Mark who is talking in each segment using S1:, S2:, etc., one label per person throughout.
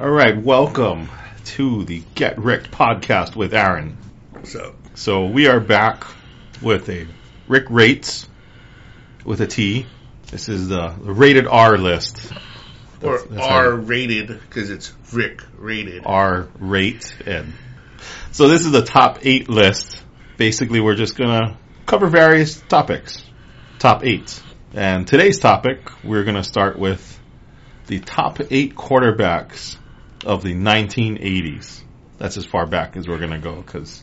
S1: All right, welcome to the Get Ricked podcast with Aaron.
S2: So
S1: So we are back with a Rick Rates with a T. This is the the rated R list.
S2: or
S1: That's- that's how-
S2: R rated because it's Rick rated.
S1: R rate and so this is the top eight list. Basically, we're just gonna cover various topics, top eight. And today's topic, we're gonna start with the top eight quarterbacks of the 1980s. That's as far back as we're gonna go because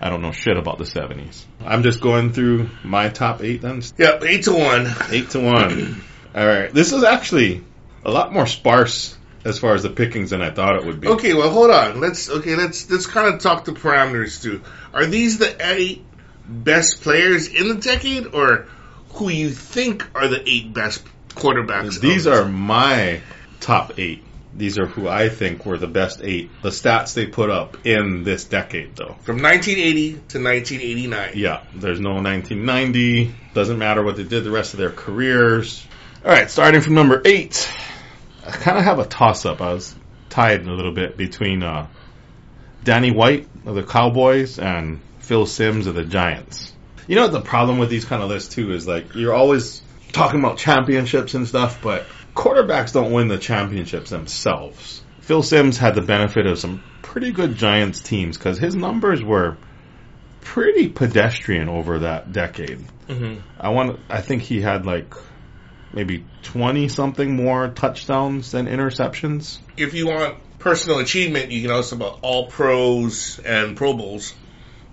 S1: I don't know shit about the 70s. I'm just going through my top eight then.
S2: Yep, eight to one.
S1: Eight to one. All right, this is actually a lot more sparse as far as the pickings than I thought it would be.
S2: Okay, well hold on. Let's okay. Let's let's kind of talk the parameters too. Are these the eight best players in the decade, or who you think are the eight best quarterbacks?
S1: These
S2: of
S1: are my top eight. These are who I think were the best eight. The stats they put up in this decade, though.
S2: from 1980 to 1989.
S1: Yeah, there's no 1990. Doesn't matter what they did the rest of their careers. All right, starting from number eight. I kind of have a toss up. I was tied a little bit between uh, Danny White of the Cowboys and Phil Sims of the Giants. You know what the problem with these kind of lists too is like you're always talking about championships and stuff, but quarterbacks don't win the championships themselves. Phil Sims had the benefit of some pretty good Giants teams because his numbers were pretty pedestrian over that decade.
S2: Mhm.
S1: I want. I think he had like maybe twenty something more touchdowns than interceptions.
S2: If you want personal achievement, you can also about All Pros and Pro Bowls.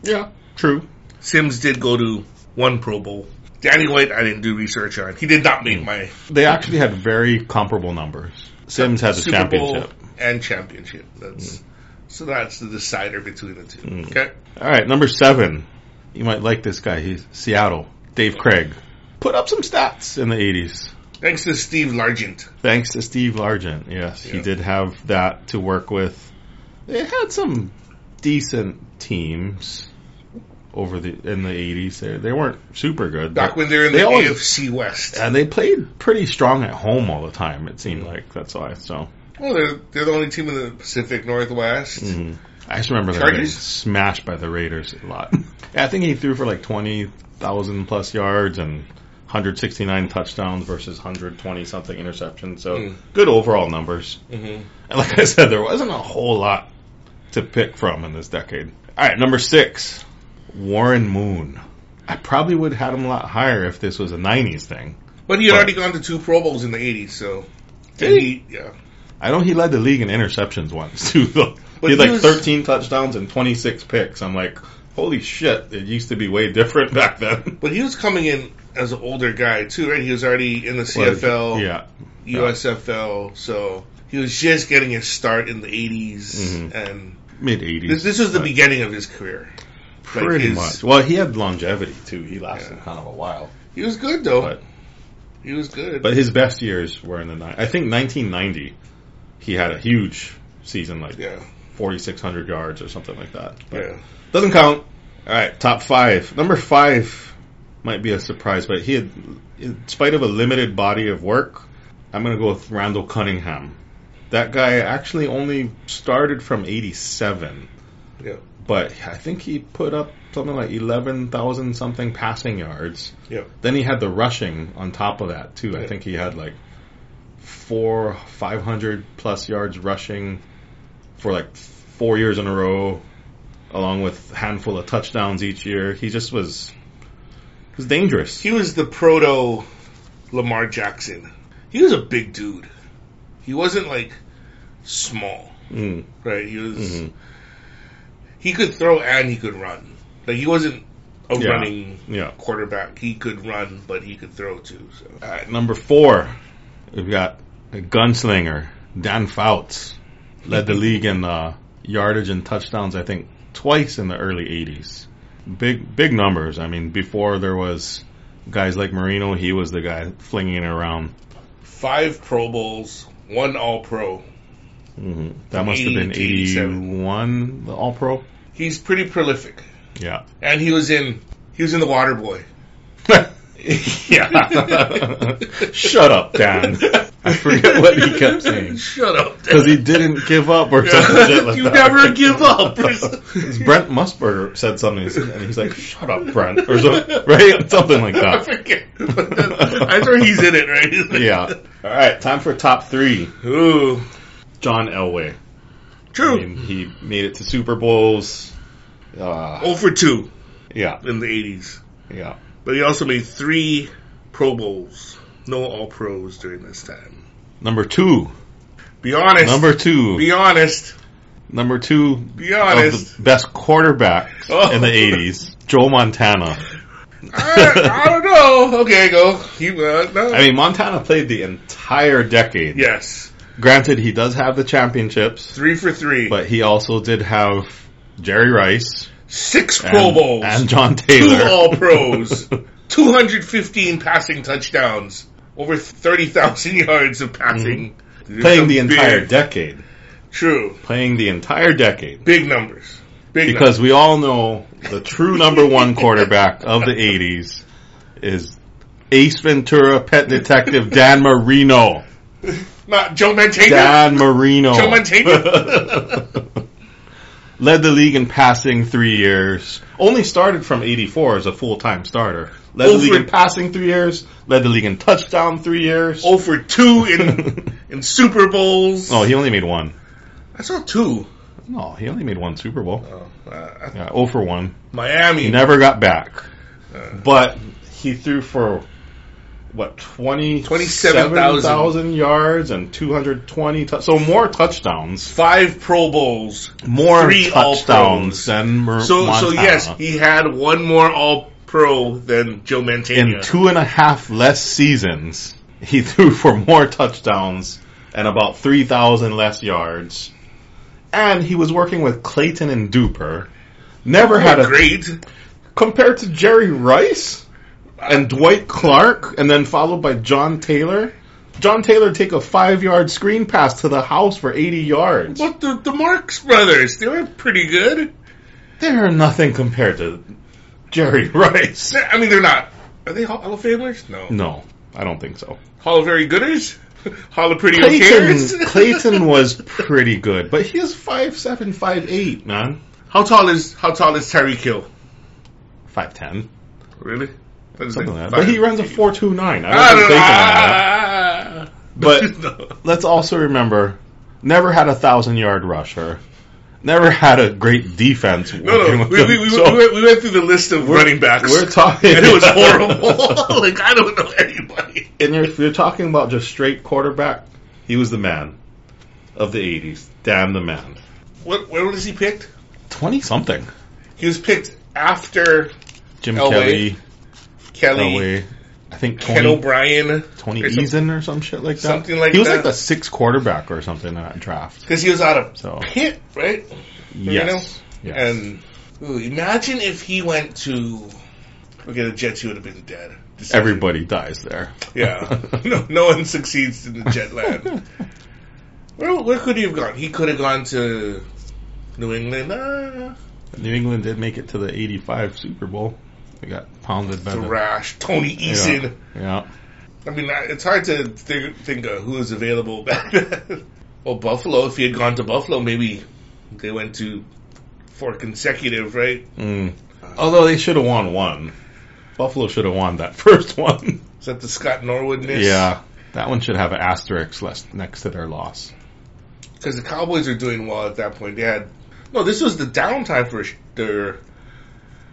S1: Yeah, true.
S2: Sims did go to one Pro Bowl. Danny White, I didn't do research on. He did not
S1: Hmm.
S2: make my
S1: They actually had very comparable numbers. Sims has a
S2: Super Bowl
S1: championship.
S2: and championship.
S1: Mm.
S2: That's so that's the decider between the two. Okay,
S1: All right, number seven. You might like this guy. He's Seattle. Dave Craig put up some stats in the eighties.
S2: thanks to Steve Largent.
S1: Thanks to Steve Largent. Yes, he
S2: Yeah.
S1: did have that to work with. They had some decent teams over the in the eighties. They they weren't super good.
S2: Back
S1: but
S2: when they're in
S1: they
S2: the
S1: always-
S2: AFC West.
S1: and they played pretty strong at home all the time. It seemed like that's why. So
S2: Well, they're they're the only team in the Pacific Northwest.
S1: Mm. I just remember them
S2: Chargers?
S1: getting smashed by the Raiders a lot. I think he threw for like twenty thousand plus yards and 169 touchdowns versus 120 something interceptions. So
S2: Mm.
S1: good overall numbers.
S2: Mhm.
S1: And like I said, there wasn't a whole lot to pick from in this decade. All right, number six, Warren Moon. I probably would have had him a lot higher if this was a 90s thing.
S2: But he had
S1: Right.
S2: already gone to two Pro Bowls in the '80s, so
S1: Did
S2: and
S1: he?
S2: Yeah,
S1: I know he led the league in interceptions once too. Though. He
S2: But
S1: had
S2: he
S1: like
S2: was-
S1: 13 touchdowns and 26 picks. I'm like, holy shit! It used to be way different back then.
S2: but he was coming in as an older guy too, right? He was already in the CFL,
S1: yeah,
S2: USFL, so he was just getting his start in the '80s,
S1: Mhm.
S2: and
S1: mid 80s.
S2: this this was the
S1: But
S2: beginning of his career. like
S1: pretty
S2: his-
S1: much. Well, he had longevity too. He lasted
S2: Yeah.
S1: kind of a while,
S2: He was good though.
S1: but
S2: he was good.
S1: but his best years were in the ni- I think 1990. He had a huge season, like
S2: yeah,
S1: 4,600 yards or something like that. But
S2: yeah.
S1: Doesn't count. All right, top five. Number five might be a surprise, but he had, in spite of a limited body of work, I'm going to go with Randall Cunningham. That guy actually only started from 87,
S2: Yeah.
S1: but I think he put up something like 11,000 something passing yards.
S2: Yeah.
S1: Then he had the rushing on top of that, too. I
S2: Yeah.
S1: think he had like four, 500 plus yards rushing for like four years in a row along with a handful of touchdowns each year. He just was he was dangerous.
S2: He was the proto Lamar Jackson. He was a big dude. He wasn't like small,
S1: Mm,
S2: right? He was
S1: mhm.
S2: he could throw and he could run. Like he wasn't a
S1: Yeah.
S2: running
S1: Yeah.
S2: quarterback. He could run, but he could throw too. So
S1: All right, Uh, number four, we've got a gunslinger Dan Fouts led the league in uh, yardage and touchdowns. I think twice in the early '80s. Big big numbers. I mean, before there was guys like Marino, he was the guy flinging it around.
S2: five Pro Bowls, one All Pro.
S1: hmm That must have
S2: 80
S1: been
S2: to 87.
S1: '81, the All Pro.
S2: He's pretty prolific,
S1: Yeah.
S2: and he was in he was in the Water Boy.
S1: yeah. Shut up, Dan. I forget what he kept saying.
S2: Shut up.
S1: Because he didn't give up or some shit like
S2: you
S1: that.
S2: never give up.
S1: It's Brent Musburger said something, and he's like, "Shut up, Brent," or something, right? Something like
S2: I
S1: that.
S2: forget. I'm sure he's in it, right? He's like,
S1: Yeah. All right, time for top three.
S2: Ooh.
S1: John Elway. I
S2: True.
S1: mean, he made it to Super Bowls. Uh,
S2: 0 for 2
S1: yeah,
S2: in the 80s.
S1: yeah.
S2: But he also made three Pro Bowls. No All Pros during this time.
S1: Number two.
S2: Be honest.
S1: Number two.
S2: Be honest.
S1: Number two
S2: Be
S1: of
S2: honest.
S1: the best quarterbacks
S2: Oh.
S1: in the '80s. Joe Montana.
S2: I, I don't know. Okay, go. He, uh, no.
S1: I mean, Montana played the entire decade.
S2: yes.
S1: Granted, he does have the championships,
S2: Three for three.
S1: but he also did have Jerry Rice
S2: Six
S1: and,
S2: Pro Bowls.
S1: and John
S2: two
S1: Taylor.
S2: All Pros. 215 passing touchdowns. Over 30,000 yards of passing.
S1: Mhm. playing the entire
S2: Big-
S1: decade.
S2: True.
S1: Playing the entire decade.
S2: Big numbers. Big
S1: Because we all know the true number one quarterback of the 80s is Ace Ventura Pet Detective Dan Marino.
S2: numbers. Not Joe Mantegna.
S1: Dan Marino.
S2: Joe Montana.
S1: Led the league in passing three years. Only started from 84 as a full-time starter. Led the
S2: Over-
S1: league in passing three years. Led the league in touchdown three years.
S2: Oh for 2 in, in Super Bowls.
S1: oh, he only made one.
S2: I saw two.
S1: No, he only made one Super Bowl.
S2: Oh, uh,
S1: Yeah, 0 for 1.
S2: Miami.
S1: He never got back.
S2: Uh.
S1: But he threw for what 20
S2: 27,000.
S1: 27,000 yards and 220 tou- so more touchdowns,
S2: Five Pro Bowls.
S1: more
S2: Three
S1: touchdowns than Mer-
S2: So so
S1: Montana
S2: yes, he had one more All Pro than Joe Mantegna.
S1: in two and a half less seasons. He threw for more touchdowns and about 3,000 less yards. And he was working with Clayton and Duper. Never had a
S2: great.
S1: compared to Jerry Rice and Dwight Clark, and then followed by John Taylor. John Taylor take a five yard screen pass to the house for 80 yards.
S2: What the the Marx brothers? They were pretty good.
S1: They're nothing compared to Jerry Rice.
S2: I mean, they're not. Are they Hall of Famers? No.
S1: No, I don't think so.
S2: Hall of Very Gooders. Hall of Pretty Okayers.
S1: Clayton, Clayton was pretty good, but he is five seven, five eight, man.
S2: How tall is How tall is Tyreek Hill?
S1: 5'10.
S2: Really? What is
S1: Something
S2: it?
S1: like that. But he runs a 4'2'9. I wasn't
S2: I
S1: thinking of
S2: don't know.
S1: that.
S2: Ah.
S1: But-
S2: No.
S1: let's also remember never had a thousand yard rusher, never had a great defense.
S2: No,
S1: working
S2: no,
S1: with
S2: we,
S1: him.
S2: we, we,
S1: So
S2: we, went, we went through the list of running backs.
S1: We're talking.
S2: and it was horrible. like I don't know anybody.
S1: and you're, if you're talking about just straight quarterback, he was the man of the 80s. Damn the man.
S2: What where was he picked?
S1: 20 something.
S2: He was picked after
S1: Jim
S2: Elway.
S1: Kelly,
S2: Kelly,
S1: Elway, I think
S2: Ken
S1: 20,
S2: O'Brien,
S1: Tony
S2: or some-
S1: Eason or some shit like that.
S2: something like
S1: he was
S2: that.
S1: like the sixth quarterback or something in that draft.
S2: because he was out of
S1: So,
S2: Pitt, right?
S1: yes. yes.
S2: And ooh, imagine if he went to okay, the Jets, he would have been dead. Just-
S1: Everybody dies there.
S2: yeah. No, no one succeeds in the Jet land. Where, where could he have gone? He could have gone to New England. Uh,
S1: New England did make it to the 85 Super Bowl. They got pounded by
S2: to
S1: the
S2: Rash, Tony Eason.
S1: yeah, yeah.
S2: I mean, I- it's hard to think, think of who was available back then. well, Buffalo, if he had gone to Buffalo, maybe they went to four consecutive, right?
S1: Mm. Although they should have won one. Buffalo should have won that first one.
S2: Is that the Scott Norwoodness?
S1: Yeah. That one should have an asterisk less, next to their loss.
S2: Because the Cowboys are doing well at that point. They had, no, this was the downtime for sh- their,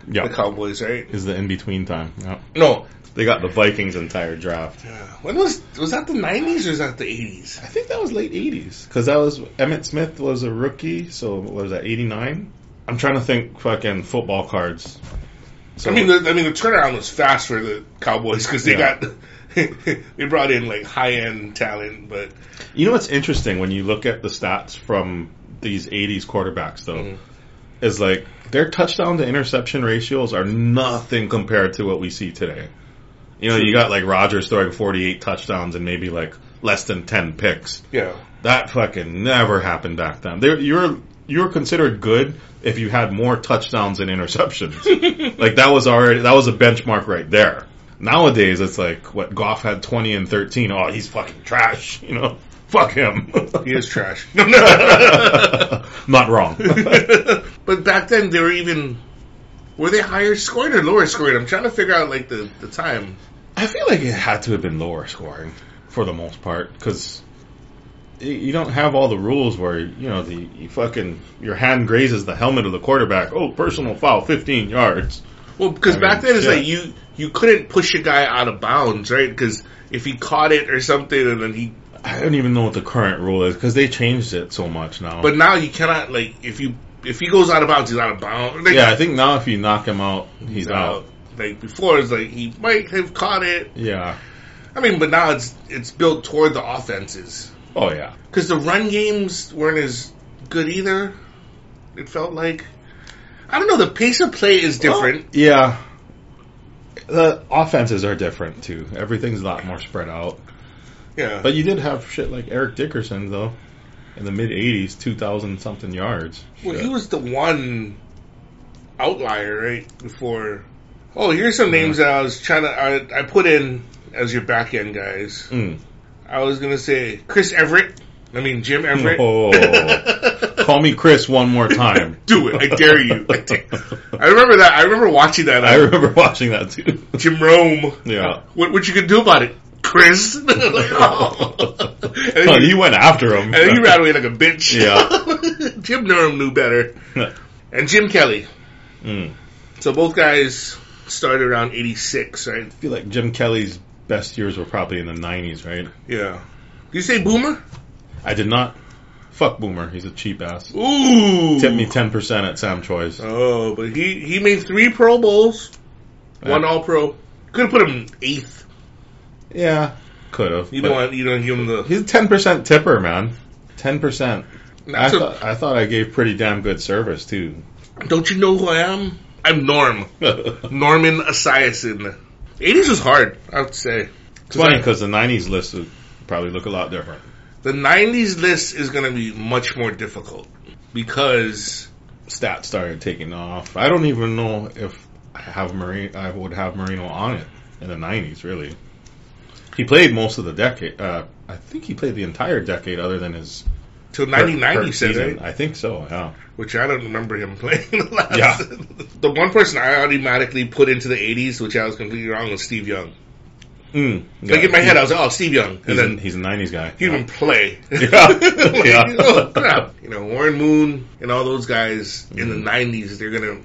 S2: the
S1: Yeah.
S2: Cowboys, right?
S1: Is the in between time. Yeah.
S2: No.
S1: They got the Vikings entire draft.
S2: Yeah. When was, was that the 90s or was that the 80s?
S1: I think that was late 80s. Because that was, Emmett Smith was a rookie, so what was that, 89? I'm trying to think fucking football cards. So,
S2: I mean, the, I mean, the turnaround was fast for the Cowboys because they
S1: Yeah.
S2: got, they brought in like high end talent, but
S1: You know what's interesting when you look at the stats from these 80s quarterbacks, though,
S2: Mhm.
S1: is like their touchdown to interception ratios are nothing compared to what we see today. You know, you got like Rodgers throwing 48 touchdowns and maybe like less than 10 picks.
S2: yeah.
S1: That fucking never happened back then. They, you're you're considered good if you had more touchdowns and interceptions. like that was already that was a benchmark right there. Nowadays, it's like what Goff had twenty and thirteen. Oh, he's fucking trash. You know, fuck him.
S2: He is trash.
S1: Not wrong.
S2: but back then, they were even. Were they higher scoring or lower scoring? I'm trying to figure out like the, the time.
S1: I feel like it had to have been lower scoring for the most part because you don't have all the rules where you know the you fucking your hand grazes the helmet of the quarterback. Oh, personal foul, fifteen yards.
S2: Well, because
S1: I
S2: back
S1: mean,
S2: then it's
S1: yeah.
S2: like you you couldn't push a guy out of bounds, right? Because if he caught it or something, and then he.
S1: I don't even know what the current rule is because they changed it so much now.
S2: But now you cannot like if you if he goes out of bounds, he's out of bounds. Like,
S1: yeah, I think now if you knock him out, he's out.
S2: Like before, it's like he might have caught it.
S1: Yeah.
S2: I mean, but now it's it's built toward the offenses
S1: Oh yeah.
S2: because the run games weren't as good either. It felt like I don't know. The pace of play is different.
S1: Well, yeah. The offenses are different too. Everything's a lot more spread out.
S2: yeah,
S1: But you did have shit like Eric Dickerson though, in the mid '80s, two thousand something yards.
S2: well,
S1: Shit.
S2: he was the one outlier right before. Oh, here's some names that I was trying to I, I put in as your back end guys.
S1: Mm.
S2: I was gonna say Chris Everett. I mean Jim Everett.
S1: No. Call me Chris one more time.
S2: Do it! I dare you. I, dare- I remember that. I remember watching that.
S1: I
S2: on
S1: remember watching that too.
S2: Jim Rome.
S1: Yeah.
S2: What what you gonna do about it, Chris? Like, oh. and then
S1: No,
S2: he,
S1: you went after him.
S2: and then he ran away like a bitch.
S1: Yeah.
S2: Jim Durham knew better, and Jim Kelly.
S1: Mm.
S2: So both guys started around '86, right?
S1: I feel like Jim Kelly's best years were probably in the '90s, right?
S2: Yeah. Did you say Boomer?
S1: I did not. Fuck Boomer. He's a cheap ass.
S2: Ooh.
S1: Tip me ten percent at Sam Choi's.
S2: Oh, but he he made three Pro Bowls, one
S1: Yeah.
S2: All Pro. Could have put him eighth.
S1: Yeah, could have.
S2: You don't want you don't give him the.
S1: He's a ten percent tipper, man. Ten percent. I
S2: That's a-
S1: thought I thought I gave pretty damn good service too.
S2: don't you know who I am? I'm Norm.
S1: it's
S2: Norman Esiason. 80s was hard, I would say.
S1: funny because the '90s list would probably look a lot different.
S2: The 90s list is going to be much more difficult because
S1: Stats started taking off. I don't even know if I have Marino. I would have Marino on it in the '90s. Really, he played most of the decade. Uh, I think he played the entire decade, other than his
S2: till
S1: per-
S2: 1990
S1: per
S2: said,
S1: season.
S2: right?
S1: I think so. Yeah.
S2: Which I don't remember him playing. the last-
S1: Yeah.
S2: The one person I automatically put into the 80s, which I was completely wrong, was Steve Young.
S1: Mm,
S2: Like
S1: yeah.
S2: in my head, I was like, oh, Steve Young.
S1: He's,
S2: And then
S1: a, he's a '90s guy.
S2: he didn't play.
S1: Yeah.
S2: Like,
S1: Yeah.
S2: oh, crap. You know, Warren Moon and all those guys in the 90s, they're going to,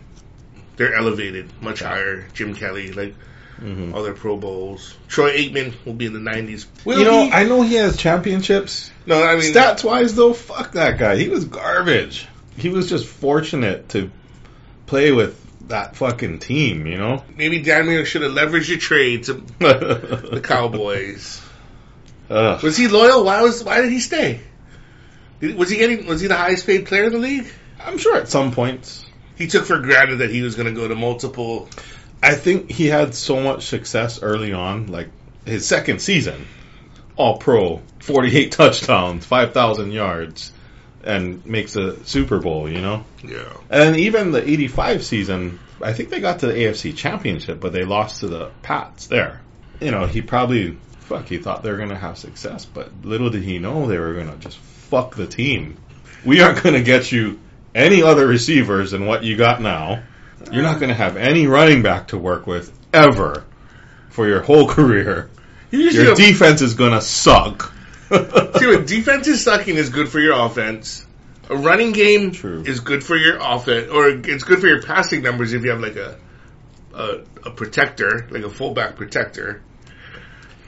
S2: they're elevated much higher. Jim Kelly, like,
S1: Mhm.
S2: other Pro Bowls. Troy Aikman will be in the 90s. Will
S1: You know,
S2: he?
S1: I know he has championships.
S2: no, I mean,
S1: Stats wise, though, fuck that guy. He was garbage. He was just fortunate to play with that fucking team, you know?
S2: maybe Dan Marino should have leveraged your trade to the
S1: the
S2: Cowboys. Was he loyal? Why was why did he stay? Did- Was he getting? Was he the highest paid player in the league?
S1: I'm sure at some points.
S2: He took for granted that he was going to go to multiple.
S1: I think he had so much success early on, like his second season, all pro, 48 touchdowns, 5,000 yards, and makes a Super Bowl, you know?
S2: Yeah,
S1: And even the 85 season, I think they got to the AFC Championship, but they lost to the Pats there. You know, he probably, fuck, he thought they were going to have success, but little did he know they were going to just fuck the team. We aren't going to get you any other receivers than what you got now. You're not going to have any running back to work with ever for your whole career.
S2: you just
S1: Your
S2: see, what-
S1: defense is going to suck.
S2: see what defense is sucking is good for your offense. A running game
S1: True.
S2: is good for your offense, or it's good for your passing numbers if you have like a a, a protector, like a fullback protector.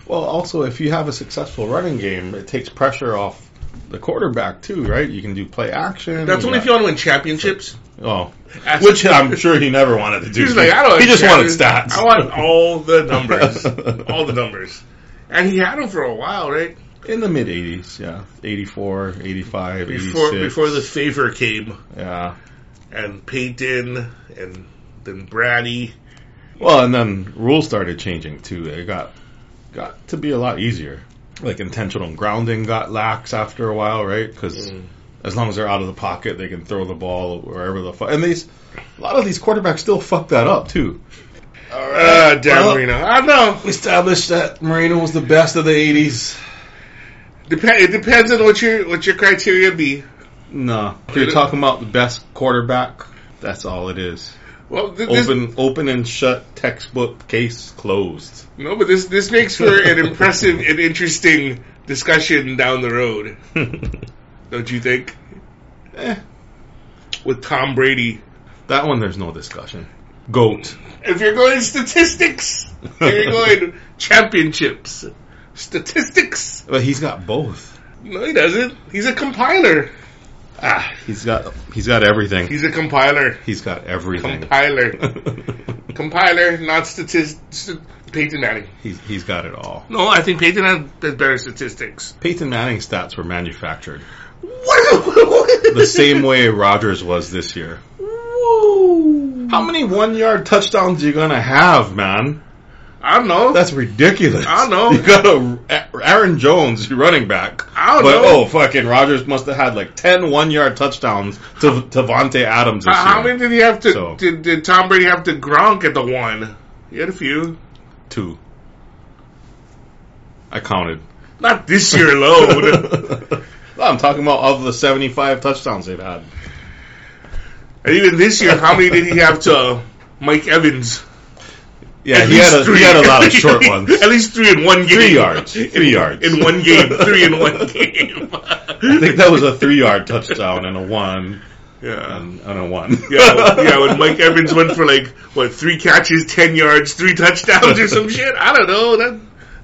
S1: Well, also, if you have a successful running game, it takes pressure off the quarterback too, right? You can do play action.
S2: That's only if you want to win championships.
S1: Oh,
S2: Ask-
S1: which I'm sure he never wanted to do.
S2: He's like, I don't.
S1: he just
S2: care.
S1: wanted stats.
S2: I want all the numbers, all the numbers, and he had them for a while, right?
S1: in the mid '80s, yeah, '84, '85,
S2: Before
S1: '86.
S2: before the favor came,
S1: yeah.
S2: and Peyton, and then Brady.
S1: Well, and then rules started changing too. It got got to be a lot easier. Like intentional grounding got lax after a while, right?
S2: Mm.
S1: Because as long as they're out of the pocket, they can throw the ball wherever the fuck. And these, a lot of these quarterbacks still fuck that up too.
S2: All right. Uh, Dan
S3: Well-
S2: Marino. I know.
S3: We established that Marino was the best of the 80s.
S2: Dep- it depends on what your what your criteria be.
S1: No, if you're talking about the best quarterback, that's all it is.
S2: Well, th- this,
S1: Open, open and shut. Textbook case closed.
S2: no, but this this makes for an impressive and interesting discussion down the road, don't you think?
S1: Eh,
S2: With Tom Brady,
S1: that one, there's no discussion. Goat.
S2: if you're going statistics, if you're going championships, statistics.
S1: But he's got both.
S2: No, he doesn't. He's a compiler.
S1: Ah, he's got he's got everything.
S2: He's a compiler.
S1: He's got everything.
S2: Compiler. compiler, not statistic. St- Peyton Manning.
S1: he's he's got it all.
S2: No, I think Peyton had the better statistics.
S1: Peyton Manning's stats were manufactured
S2: What?
S1: the same way Rodgers was this year. How many one-yard touchdowns are you gonna have, man?
S2: I don't know.
S1: That's ridiculous.
S2: I know.
S1: You got a Aaron Jones, your running back.
S2: I don't
S1: but,
S2: know.
S1: oh, fucking Rodgers must have had like 10 one yard touchdowns to, to Vontae Adams this
S2: How- how
S1: year.
S2: many did he have to?
S1: So-
S2: Did, did Tom Brady have to Gronk at the one? He had a few.
S1: Two. I counted.
S2: Not this year alone.
S1: I'm talking about of the 75 touchdowns they've had.
S2: and even this year, how many did he have to uh, Mike Evans?
S1: Yeah,
S2: At
S1: he had,
S2: least
S1: a, he had a lot of short
S2: three.
S1: ones.
S2: At least three in one game.
S1: Three yards. Three yards.
S2: in one game. Three in one game.
S1: I think that was a three yard touchdown and a one
S2: yeah.
S1: and, and a one.
S2: Yeah, well, yeah, when Mike Evans went for like what three catches, ten yards, three touchdowns, or some shit. I don't know. That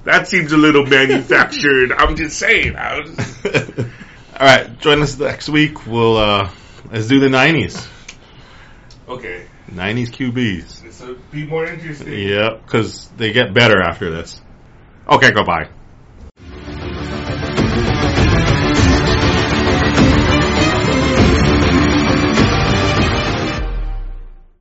S2: that seems a little manufactured. I'm just saying. I was,
S1: All right, join us next week. We'll uh, let's do the 90s.
S2: okay,
S1: 90s QBs.
S2: so be more interesting.
S1: Yep, because they get better after this. Okay, go bye.